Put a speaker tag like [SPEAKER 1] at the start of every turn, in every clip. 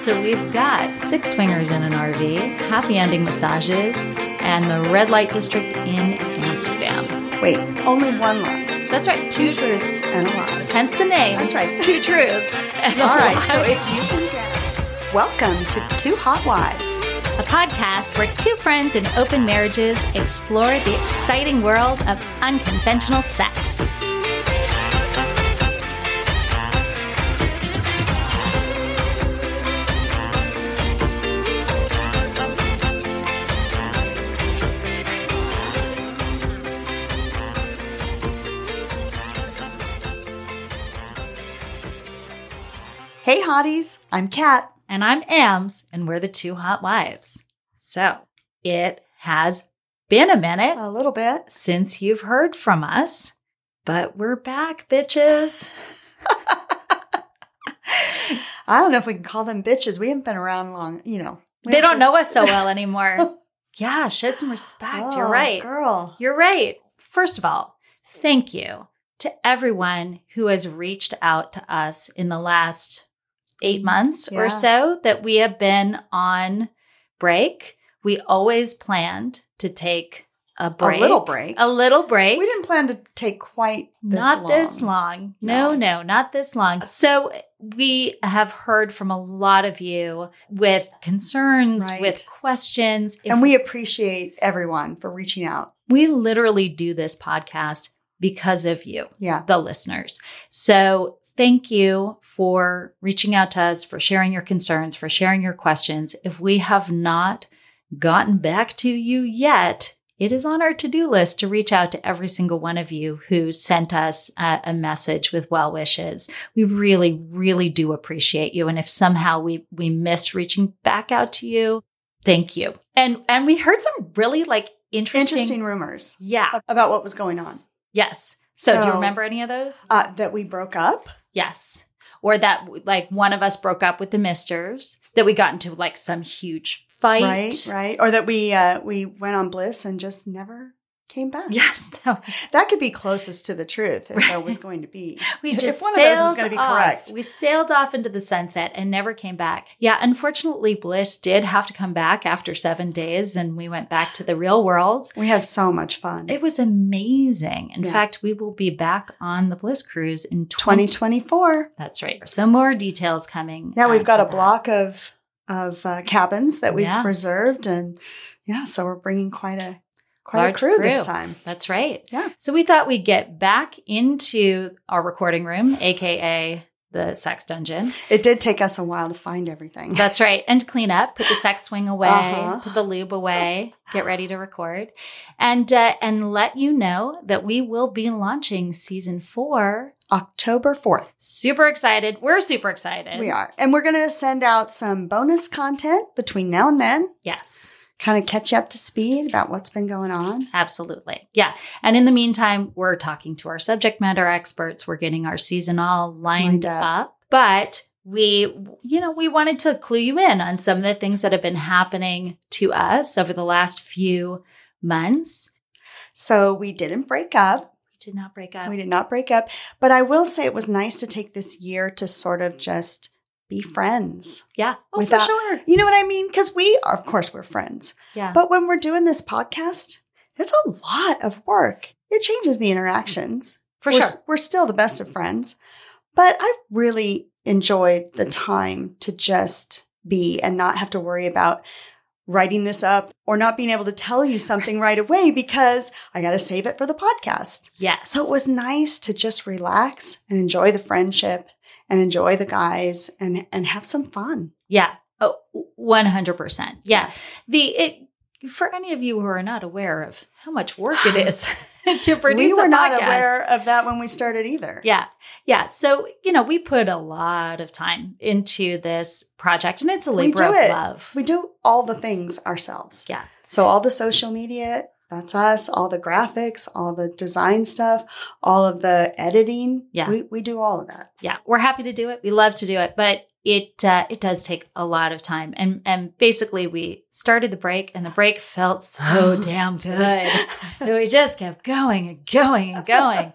[SPEAKER 1] So we've got six swingers in an RV, happy ending massages, and the red light district in Amsterdam.
[SPEAKER 2] Wait, only one lie.
[SPEAKER 1] That's right, two
[SPEAKER 2] Two truths and a lie.
[SPEAKER 1] Hence the name.
[SPEAKER 2] That's right.
[SPEAKER 1] Two truths. and a
[SPEAKER 2] All right,
[SPEAKER 1] lie.
[SPEAKER 2] so if you can get. Welcome to Two Hot Wives.
[SPEAKER 1] a podcast where two friends in open marriages explore the exciting world of unconventional sex.
[SPEAKER 2] Hey, hotties, I'm Kat.
[SPEAKER 1] And I'm Ams, and we're the two hot wives. So it has been a minute.
[SPEAKER 2] A little bit.
[SPEAKER 1] since you've heard from us, but we're back, bitches.
[SPEAKER 2] I don't know if we can call them bitches. We haven't been around long, you know. We
[SPEAKER 1] They don't
[SPEAKER 2] haven't-
[SPEAKER 1] know us so well anymore. yeah, show some respect. You're
[SPEAKER 2] Oh,
[SPEAKER 1] right.
[SPEAKER 2] Girl.
[SPEAKER 1] You're right. First of all, thank you to everyone who has reached out to us in the last eight months
[SPEAKER 2] Yeah.
[SPEAKER 1] or so that we have been on break. We always planned to take a break.
[SPEAKER 2] A little break.
[SPEAKER 1] A little break.
[SPEAKER 2] We didn't plan to take quite this
[SPEAKER 1] not
[SPEAKER 2] long.
[SPEAKER 1] this long. No,
[SPEAKER 2] No. Uh,
[SPEAKER 1] no, not this long. So we have heard from a lot of you with concerns,
[SPEAKER 2] Right.
[SPEAKER 1] with questions. If-
[SPEAKER 2] And we appreciate everyone for reaching out.
[SPEAKER 1] we literally do this podcast because of you,
[SPEAKER 2] Yeah.
[SPEAKER 1] the listeners. So thank you for reaching out to us, for sharing your concerns, for sharing your questions. If we have not gotten back to you yet, it is on our to do list to reach out to every single one of you who sent us uh, a message with well wishes. We really, really do appreciate you. And if somehow we, we missed reaching back out to you, thank you. And, and we heard some really like
[SPEAKER 2] Interesting,
[SPEAKER 1] interesting
[SPEAKER 2] rumors
[SPEAKER 1] yeah.
[SPEAKER 2] about what was going on.
[SPEAKER 1] Yes. So, do you
[SPEAKER 2] So-
[SPEAKER 1] remember any of those?
[SPEAKER 2] Uh, that we broke up.
[SPEAKER 1] Yes. Or that like one of us broke up with the misters, that we got into like some huge fight.
[SPEAKER 2] Right, right. Or that we uh, we went on bliss and just never came back.
[SPEAKER 1] Yes. That was,
[SPEAKER 2] That could be closest to the truth if there
[SPEAKER 1] Right.
[SPEAKER 2] was going to be.
[SPEAKER 1] we
[SPEAKER 2] If
[SPEAKER 1] just
[SPEAKER 2] one of those was
[SPEAKER 1] sailed
[SPEAKER 2] gonna be
[SPEAKER 1] off.
[SPEAKER 2] correct.
[SPEAKER 1] We sailed off into the sunset and never came back. Yeah, unfortunately Bliss did have to come back after 7 days and we went back to the real world.
[SPEAKER 2] We had so much fun.
[SPEAKER 1] It was amazing. In
[SPEAKER 2] Yeah.
[SPEAKER 1] fact, we will be back on the Bliss cruise in 20
[SPEAKER 2] 2024.
[SPEAKER 1] That's right. So more details coming.
[SPEAKER 2] Yeah, we've got
[SPEAKER 1] after
[SPEAKER 2] a
[SPEAKER 1] that.
[SPEAKER 2] block of of uh, cabins that we've
[SPEAKER 1] Yeah.
[SPEAKER 2] reserved, and yeah, so we're bringing quite a quite
[SPEAKER 1] Large
[SPEAKER 2] a crew, this
[SPEAKER 1] crew.
[SPEAKER 2] time.
[SPEAKER 1] That's right.
[SPEAKER 2] Yeah.
[SPEAKER 1] So we thought we'd get back into our recording room, aka the sex dungeon.
[SPEAKER 2] It did take us a while to find everything.
[SPEAKER 1] That's right. And clean up, put the sex swing away,
[SPEAKER 2] Uh-huh.
[SPEAKER 1] put the lube away, get ready to record, and uh, and let you know that we will be launching season four.
[SPEAKER 2] October fourth,
[SPEAKER 1] Super excited. We're super excited.
[SPEAKER 2] we are, and we're going to send out some bonus content between now and then,
[SPEAKER 1] Yes.
[SPEAKER 2] kind of catch you up to speed about what's been going on.
[SPEAKER 1] Absolutely. Yeah. And in the meantime, we're talking to our subject matter experts. We're getting our season all lined,
[SPEAKER 2] Lined up.
[SPEAKER 1] up. But we, you know, we wanted to clue you in on some of the things that have been happening to us over the last few months.
[SPEAKER 2] So we didn't break up.
[SPEAKER 1] We did not break up.
[SPEAKER 2] We did not break up, but I will say it was nice to take this year to sort of just be friends.
[SPEAKER 1] yeah. Mm. Oh,
[SPEAKER 2] Without-
[SPEAKER 1] for sure.
[SPEAKER 2] You know what I mean? Because we are, of course, we're friends.
[SPEAKER 1] Yeah.
[SPEAKER 2] But when we're doing this podcast, it's a lot of work. It changes the interactions.
[SPEAKER 1] Mm. for
[SPEAKER 2] we're,
[SPEAKER 1] sure.
[SPEAKER 2] We're still the best of friends, but I've really enjoyed the time to just be and not have to worry about writing this up or not being able to tell you something right away because I got to save it for the podcast.
[SPEAKER 1] Yes.
[SPEAKER 2] So it was nice to just relax and enjoy the friendship and enjoy the guys and and have some fun.
[SPEAKER 1] Yeah. Oh, 100%. Yeah.
[SPEAKER 2] Yeah.
[SPEAKER 1] The, it, for any of you who are not aware of how much work it is to produce
[SPEAKER 2] we were
[SPEAKER 1] a
[SPEAKER 2] not
[SPEAKER 1] podcast.
[SPEAKER 2] aware of that when we started either.
[SPEAKER 1] Yeah. Yeah. So, you know, we put a lot of time into this project and it's a
[SPEAKER 2] We
[SPEAKER 1] labor
[SPEAKER 2] do
[SPEAKER 1] of
[SPEAKER 2] it.
[SPEAKER 1] love.
[SPEAKER 2] We do all the things ourselves.
[SPEAKER 1] Yeah.
[SPEAKER 2] So all the social media, that's us, all the graphics, all the design stuff, all of the editing.
[SPEAKER 1] Yeah.
[SPEAKER 2] We we do all of that.
[SPEAKER 1] Yeah. We're happy to do it. We love to do it, but it uh, it does take a lot of time. And and basically we started the break, and the break felt
[SPEAKER 2] Oh,
[SPEAKER 1] so damn good. And we just kept going and going and going.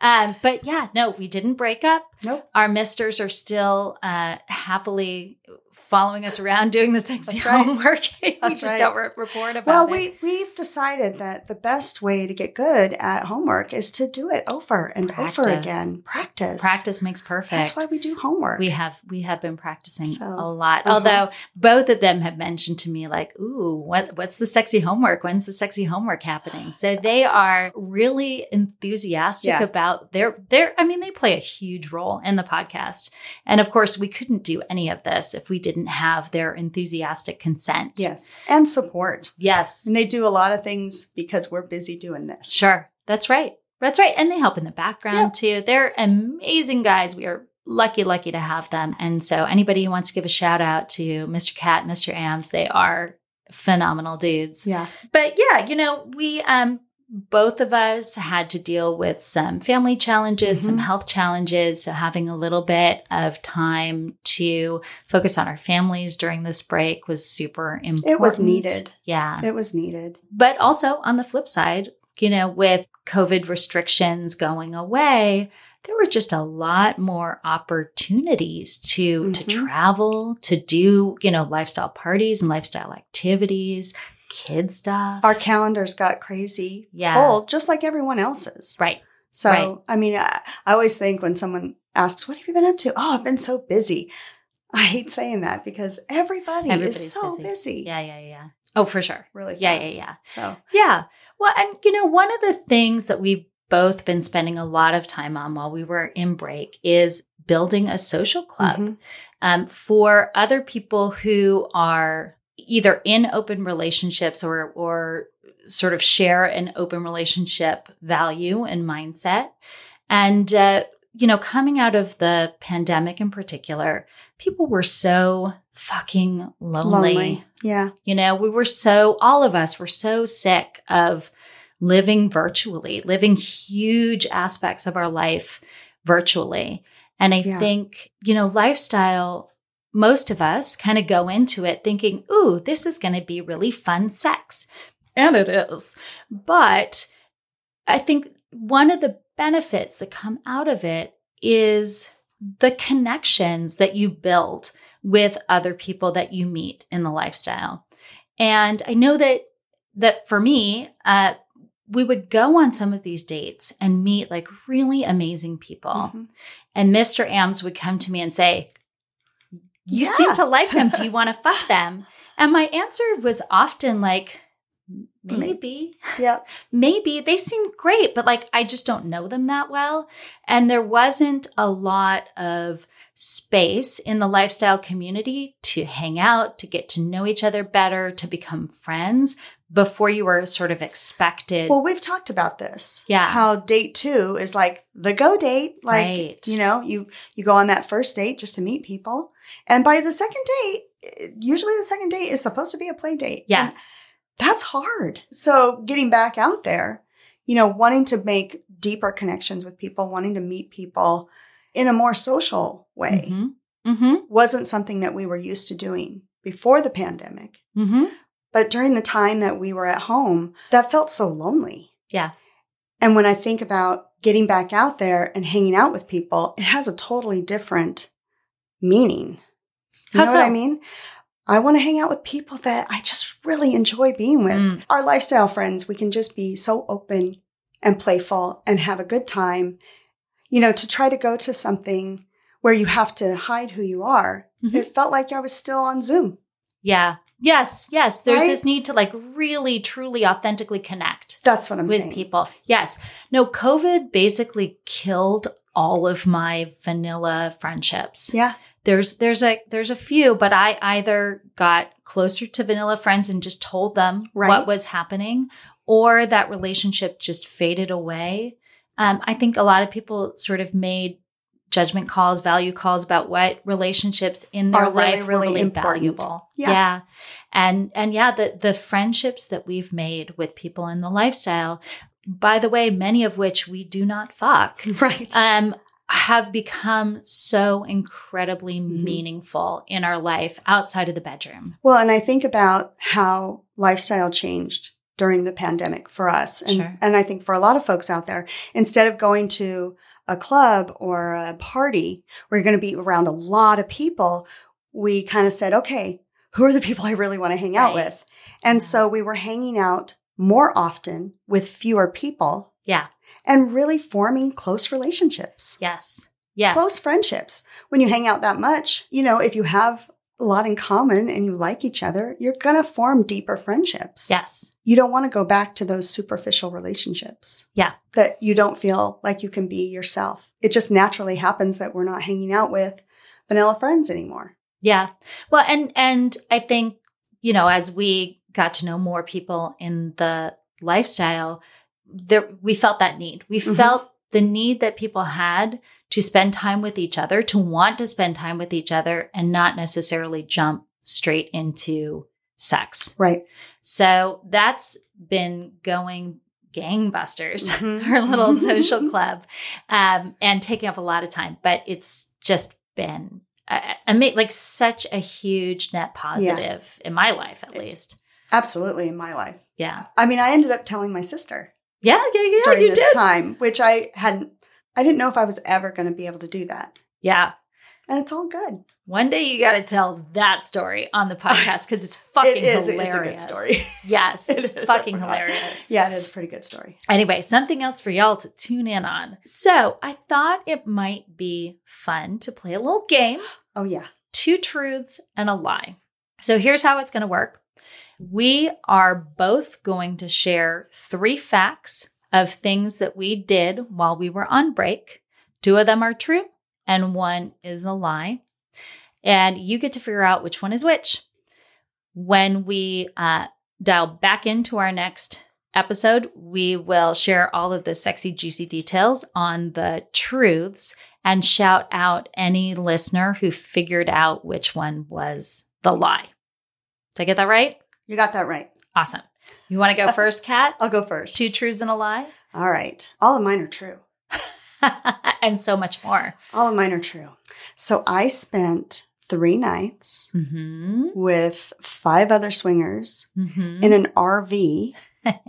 [SPEAKER 1] Um, but yeah, no, we didn't break up.
[SPEAKER 2] Nope.
[SPEAKER 1] Our misters are still uh, happily following us around doing the sexy
[SPEAKER 2] That's right.
[SPEAKER 1] homework. we
[SPEAKER 2] That's
[SPEAKER 1] just
[SPEAKER 2] right.
[SPEAKER 1] don't re- report about
[SPEAKER 2] Well,
[SPEAKER 1] it.
[SPEAKER 2] we, we've decided that the best way to get good at homework is to do it over and over
[SPEAKER 1] Practice.
[SPEAKER 2] again. Practice.
[SPEAKER 1] Practice makes perfect.
[SPEAKER 2] That's why we do homework.
[SPEAKER 1] we have we have been practicing
[SPEAKER 2] So,
[SPEAKER 1] a lot.
[SPEAKER 2] uh-huh.
[SPEAKER 1] Although both of them have mentioned to me like, "Ooh, what what's the sexy homework? When's the sexy homework happening?" So they are really enthusiastic
[SPEAKER 2] Yeah.
[SPEAKER 1] about their their I mean, they play a huge role in the podcast. And of course, we couldn't do any of this if we didn't have their enthusiastic consent.
[SPEAKER 2] yes. And support.
[SPEAKER 1] Yes.
[SPEAKER 2] And they do a lot of things because we're busy doing this.
[SPEAKER 1] Sure. That's right. That's right. And they help in the background too. They're amazing guys. We are lucky, lucky to have them. And so anybody who wants to give a shout out to Mr. Cat, Mr. Ams, they are phenomenal dudes.
[SPEAKER 2] Yeah.
[SPEAKER 1] But yeah, you know, we um both of us had to deal with some family challenges, some
[SPEAKER 2] Mhm.
[SPEAKER 1] health challenges. So having a little bit of time to focus on our families during this break was super important.
[SPEAKER 2] It was needed.
[SPEAKER 1] Yeah.
[SPEAKER 2] It was needed.
[SPEAKER 1] But also on the flip side, you know, with COVID restrictions going away, there were just a lot more opportunities to to
[SPEAKER 2] Mhm.
[SPEAKER 1] travel, to do, you know, lifestyle parties and lifestyle activities, kid stuff.
[SPEAKER 2] Our calendars got crazy
[SPEAKER 1] Yeah.
[SPEAKER 2] full, just like everyone else's.
[SPEAKER 1] right.
[SPEAKER 2] So,
[SPEAKER 1] Right.
[SPEAKER 2] I mean, I, I always think when someone asks, What have you been up to? Oh, I've been so busy. I hate saying that because everybody
[SPEAKER 1] Everybody's
[SPEAKER 2] is so
[SPEAKER 1] busy.
[SPEAKER 2] busy.
[SPEAKER 1] Yeah, yeah, yeah. Oh, for sure.
[SPEAKER 2] Really fast.
[SPEAKER 1] Yeah, yeah, yeah.
[SPEAKER 2] So,
[SPEAKER 1] Yeah. Well, and you know, one of the things that we've both been spending a lot of time on while we were in break is building a social club.
[SPEAKER 2] mhm.
[SPEAKER 1] um, for other people who are either in open relationships or or sort of share an open relationship value and mindset and uh, you know coming out of the pandemic in particular people were so fucking lonely.
[SPEAKER 2] lonely. Yeah.
[SPEAKER 1] You know, we were so, all of us were so sick of living virtually, living huge aspects of our life virtually. And I
[SPEAKER 2] Yeah.
[SPEAKER 1] think, you know, lifestyle, most of us kind of go into it thinking, ooh, this is going to be really fun sex. And it is. But I think one of the benefits that come out of it is the connections that you build with other people that you meet in the lifestyle. And I know that that for me, uh, we would go on some of these dates and meet like really amazing people.
[SPEAKER 2] Mhm.
[SPEAKER 1] And Mr. Ams would come to me and say, You
[SPEAKER 2] Yeah.
[SPEAKER 1] seem to like them. Do you want to fuck them? And my answer was often like,
[SPEAKER 2] May-
[SPEAKER 1] Maybe
[SPEAKER 2] Yep.
[SPEAKER 1] maybe they seemed great, but like I just don't know them that well. And there wasn't a lot of space in the lifestyle community to hang out, to get to know each other better, to become friends before you were sort of expected.
[SPEAKER 2] Well, we've talked about this.
[SPEAKER 1] Yeah.
[SPEAKER 2] How date two is like the go date. Like,
[SPEAKER 1] Right.
[SPEAKER 2] you know, you, you go on that first date just to meet people. And by the second date, eh, usually the second date is supposed to be a play date.
[SPEAKER 1] Yeah.
[SPEAKER 2] And that's hard. So getting back out there, you know, wanting to make deeper connections with people, wanting to meet people in a more social way
[SPEAKER 1] hmm hmm
[SPEAKER 2] wasn't something that we were used to doing before the pandemic.
[SPEAKER 1] hmm
[SPEAKER 2] But during the time that we were at home, that felt so lonely.
[SPEAKER 1] Yeah.
[SPEAKER 2] And when I think about getting back out there and hanging out with people, it has a totally different meaning. You
[SPEAKER 1] How
[SPEAKER 2] know what I
[SPEAKER 1] so?
[SPEAKER 2] mean? I want to hang out with people that I just really enjoy being with.
[SPEAKER 1] Mm.
[SPEAKER 2] Our lifestyle friends, we can just be so open and playful and have a good time. You know, to try to go to something where you have to hide who you are,
[SPEAKER 1] Mhm.
[SPEAKER 2] it felt like I was still on Zoom.
[SPEAKER 1] Yeah. Yes. Yes. There's
[SPEAKER 2] Right?
[SPEAKER 1] this need to like really, truly, authentically connect.
[SPEAKER 2] That's what I'm
[SPEAKER 1] with
[SPEAKER 2] saying.
[SPEAKER 1] people. Yes. No, COVID basically killed all of my vanilla friendships.
[SPEAKER 2] Yeah.
[SPEAKER 1] There's there's a there's a few, but I either got closer to vanilla friends and just told them what
[SPEAKER 2] Right.
[SPEAKER 1] was happening, or that relationship just faded away. Um, I think a lot of people sort of made judgment calls, value calls about what relationships in their
[SPEAKER 2] Are really,
[SPEAKER 1] life were
[SPEAKER 2] really
[SPEAKER 1] really
[SPEAKER 2] important.
[SPEAKER 1] valuable.
[SPEAKER 2] Yeah.
[SPEAKER 1] yeah. And and yeah, the the friendships that we've made with people in the lifestyle, by the way, many of which we do not fuck.
[SPEAKER 2] Right.
[SPEAKER 1] Um have become so incredibly
[SPEAKER 2] Mhm.
[SPEAKER 1] meaningful in our life outside of the bedroom.
[SPEAKER 2] Well, and I think about how lifestyle changed during the pandemic for us. And,
[SPEAKER 1] Sure.
[SPEAKER 2] and I think for a lot of folks out there, instead of going to a club or a party where you're going to be around a lot of people, we kind of said, okay, who are the people I really want to hang out
[SPEAKER 1] Right.
[SPEAKER 2] with? And
[SPEAKER 1] Yeah.
[SPEAKER 2] so we were hanging out more often with fewer people.
[SPEAKER 1] Yeah.
[SPEAKER 2] And really forming close relationships
[SPEAKER 1] Yes. Yes.
[SPEAKER 2] close friendships. When you hang out that much, you know, if you have a lot in common and you like each other, you're going to form deeper friendships.
[SPEAKER 1] Yes.
[SPEAKER 2] You don't want to go back to those superficial relationships.
[SPEAKER 1] Yeah.
[SPEAKER 2] That you don't feel like you can be yourself. It just naturally happens that we're not hanging out with vanilla friends anymore.
[SPEAKER 1] Yeah. Well, and and I think, you know, as we got to know more people in the lifestyle, there we felt that need. We
[SPEAKER 2] Mhm.
[SPEAKER 1] felt the need that people had to spend time with each other, to want to spend time with each other and not necessarily jump straight into sex.
[SPEAKER 2] Right.
[SPEAKER 1] So that's been going gangbusters.
[SPEAKER 2] Mhm.
[SPEAKER 1] Our little social club, um, and taking up a lot of time, but it's just been uh, ama- like such a huge net positive in my life, at least.
[SPEAKER 2] Absolutely in my life.
[SPEAKER 1] Yeah,
[SPEAKER 2] I mean, I ended up telling my sister
[SPEAKER 1] yeah, yeah, yeah.
[SPEAKER 2] during
[SPEAKER 1] you
[SPEAKER 2] this
[SPEAKER 1] did.
[SPEAKER 2] time, which I hadn't, I didn't know if I was ever going to be able to do that.
[SPEAKER 1] Yeah,
[SPEAKER 2] And it's all good.
[SPEAKER 1] one day you got to tell that story on the podcast because it's fucking
[SPEAKER 2] it is.
[SPEAKER 1] hilarious.
[SPEAKER 2] It's a good story.
[SPEAKER 1] Yes,
[SPEAKER 2] It
[SPEAKER 1] it's
[SPEAKER 2] is, I
[SPEAKER 1] fucking
[SPEAKER 2] forgot.
[SPEAKER 1] hilarious.
[SPEAKER 2] Yeah, it is a pretty good story.
[SPEAKER 1] Anyway, something else for y'all to tune in on. So I thought it might be fun to play a little game.
[SPEAKER 2] Oh yeah.
[SPEAKER 1] two truths and a lie. So here's how it's going to work. We are both going to share three facts of things that we did while we were on break. Two of them are true and one is a lie. And you get to figure out which one is which. When we uh, dial back into our next episode, we will share all of the sexy, juicy details on the truths and shout out any listener who figured out which one was the lie. Did I get that right?
[SPEAKER 2] You got that right.
[SPEAKER 1] Awesome. You want to go first, Kat?
[SPEAKER 2] I'll go first.
[SPEAKER 1] Two truths and a lie,
[SPEAKER 2] All right. All of mine are true.
[SPEAKER 1] and so much more.
[SPEAKER 2] All of mine are true. So I spent three nights
[SPEAKER 1] Mm-hmm.
[SPEAKER 2] with five other swingers
[SPEAKER 1] Mm-hmm.
[SPEAKER 2] in an RV at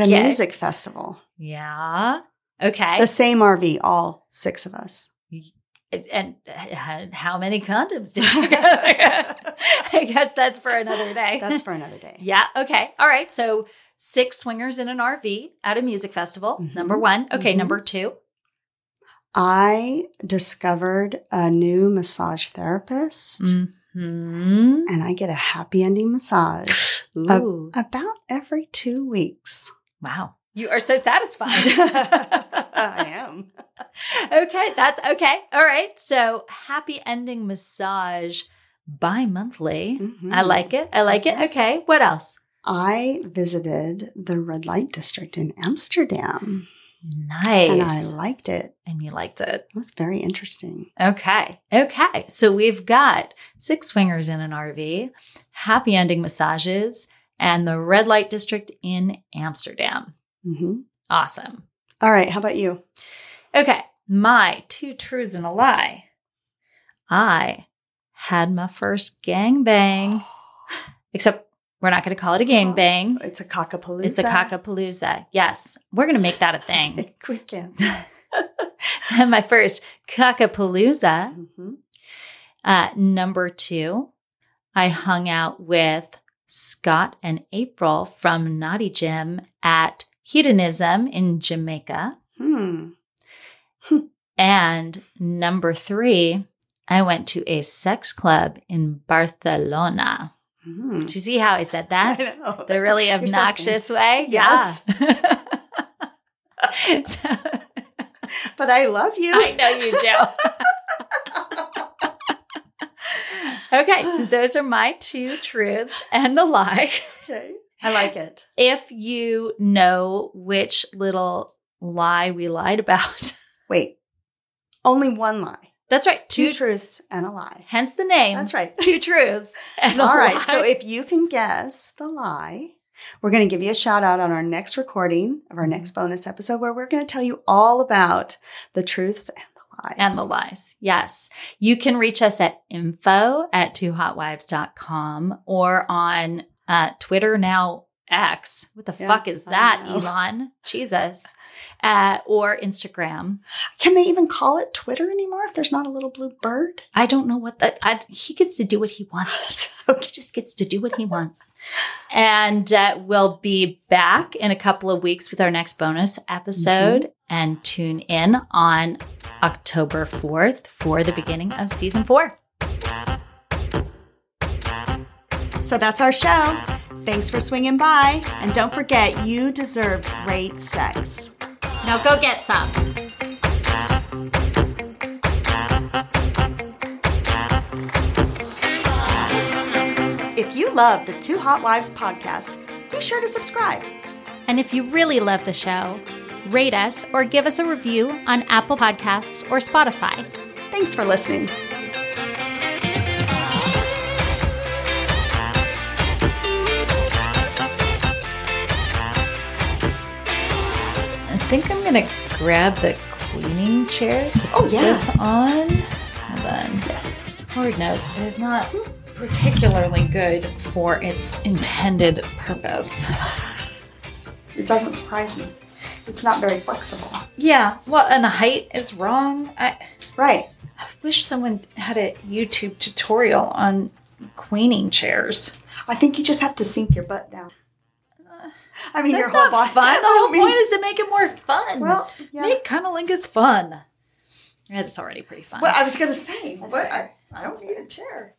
[SPEAKER 2] a
[SPEAKER 1] Okay.
[SPEAKER 2] music festival.
[SPEAKER 1] Yeah. Okay.
[SPEAKER 2] The same RV, all six of us.
[SPEAKER 1] And- and uh, how many condoms did you go? I guess that's for another day.
[SPEAKER 2] That's for another day.
[SPEAKER 1] Yeah. Okay. All right. So six swingers in an RV at a music festival.
[SPEAKER 2] Mhm.
[SPEAKER 1] Number one. Okay.
[SPEAKER 2] Mhm.
[SPEAKER 1] Number two.
[SPEAKER 2] I discovered a new massage therapist
[SPEAKER 1] Mm. Hmm.
[SPEAKER 2] and I get a happy ending massage
[SPEAKER 1] Ooh.
[SPEAKER 2] about every two weeks.
[SPEAKER 1] wow. uh, You are so satisfied.
[SPEAKER 2] I am.
[SPEAKER 1] okay. That's okay. All right. So happy ending massage bi monthly. I
[SPEAKER 2] Mhm.
[SPEAKER 1] like it. I like it. Mm-hmm. Okay. What else?
[SPEAKER 2] I visited the red light district in Amsterdam and I
[SPEAKER 1] Nice.
[SPEAKER 2] liked it.
[SPEAKER 1] and you liked it.
[SPEAKER 2] It was very interesting.
[SPEAKER 1] Okay. Okay. So we've got six swingers in an RV, happy ending massages, and the red light district in Amsterdam.
[SPEAKER 2] Mhm.
[SPEAKER 1] Awesome.
[SPEAKER 2] All right, how about you?
[SPEAKER 1] Okay. My two truths and a lie. I had my first gangbang, except we're not going to call it a gangbang.
[SPEAKER 2] It's a cockapalooza.
[SPEAKER 1] It's a cockapalooza. Yes. We're going to make that a thing.
[SPEAKER 2] Quick in.
[SPEAKER 1] my first cockapalooza.
[SPEAKER 2] Mhm.
[SPEAKER 1] Uh, number two, I hung out with Scott and April from Naughty Gym at Hedonism in Jamaica.
[SPEAKER 2] Hmm.
[SPEAKER 1] And number three, I went to a sex club in Barcelona.
[SPEAKER 2] Hmm.
[SPEAKER 1] Did you see how I said that?
[SPEAKER 2] I know.
[SPEAKER 1] The really
[SPEAKER 2] You're so
[SPEAKER 1] obnoxious way?
[SPEAKER 2] Yes.
[SPEAKER 1] Yeah. So-
[SPEAKER 2] funny. But I love you.
[SPEAKER 1] I know you do. okay, so those are my two truths and a lie.
[SPEAKER 2] okay. I like it.
[SPEAKER 1] if you know which little lie we lied about.
[SPEAKER 2] Wait. Only one lie.
[SPEAKER 1] That's right.
[SPEAKER 2] Two
[SPEAKER 1] Two,
[SPEAKER 2] truths and a lie.
[SPEAKER 1] hence the name.
[SPEAKER 2] That's right.
[SPEAKER 1] Two truths and a
[SPEAKER 2] All right.
[SPEAKER 1] lie.
[SPEAKER 2] So if you can guess the lie, we're going to give you a shout out on our
[SPEAKER 1] Mm-hmm.
[SPEAKER 2] next recording of our next bonus episode where we're going to tell you all about the truths and the lies.
[SPEAKER 1] and the lies. Yes. You can reach us at info at twohotwives.com or on uh, Twitter now X. What the
[SPEAKER 2] Yeah,
[SPEAKER 1] fuck is
[SPEAKER 2] I
[SPEAKER 1] that,
[SPEAKER 2] know.
[SPEAKER 1] Elon? Jesus. Uh, or Instagram.
[SPEAKER 2] Can they even call it Twitter anymore if there's not a little blue bird?
[SPEAKER 1] I don't know what that, I, he gets to do what he wants. He just gets to do what he wants. And uh, we'll be back in a couple of weeks with our next bonus episode
[SPEAKER 2] Mm-hmm.
[SPEAKER 1] and tune in on October 4th for the beginning of season four.
[SPEAKER 2] So that's our show. Thanks for swinging by. And don't forget, you deserve great sex.
[SPEAKER 1] Now go get some.
[SPEAKER 2] If you love the Two Hot Wives podcast, be sure to subscribe.
[SPEAKER 1] And if you really love the show, rate us or give us a review on Apple Podcasts or Spotify.
[SPEAKER 2] Thanks for listening.
[SPEAKER 1] I think I'm going to grab the cleaning chair to put
[SPEAKER 2] Oh, yeah.
[SPEAKER 1] this on. Hold on.
[SPEAKER 2] Yes.
[SPEAKER 1] Hard nose is not particularly good for its intended purpose.
[SPEAKER 2] It doesn't surprise me. It's not very flexible.
[SPEAKER 1] Yeah, well, and the height is wrong. I,
[SPEAKER 2] Right.
[SPEAKER 1] I wish someone had a YouTube tutorial on queening chairs.
[SPEAKER 2] I think you just have to sink your butt down. I mean, your
[SPEAKER 1] Uh, That's
[SPEAKER 2] whole
[SPEAKER 1] not
[SPEAKER 2] body. I
[SPEAKER 1] fun. The
[SPEAKER 2] don't
[SPEAKER 1] whole
[SPEAKER 2] mean-
[SPEAKER 1] point is to make it more fun.
[SPEAKER 2] Well, yeah.
[SPEAKER 1] make cunnilingus fun. It's already pretty fun.
[SPEAKER 2] Well, I was going to say, what?
[SPEAKER 1] fair.
[SPEAKER 2] I, I don't need a chair.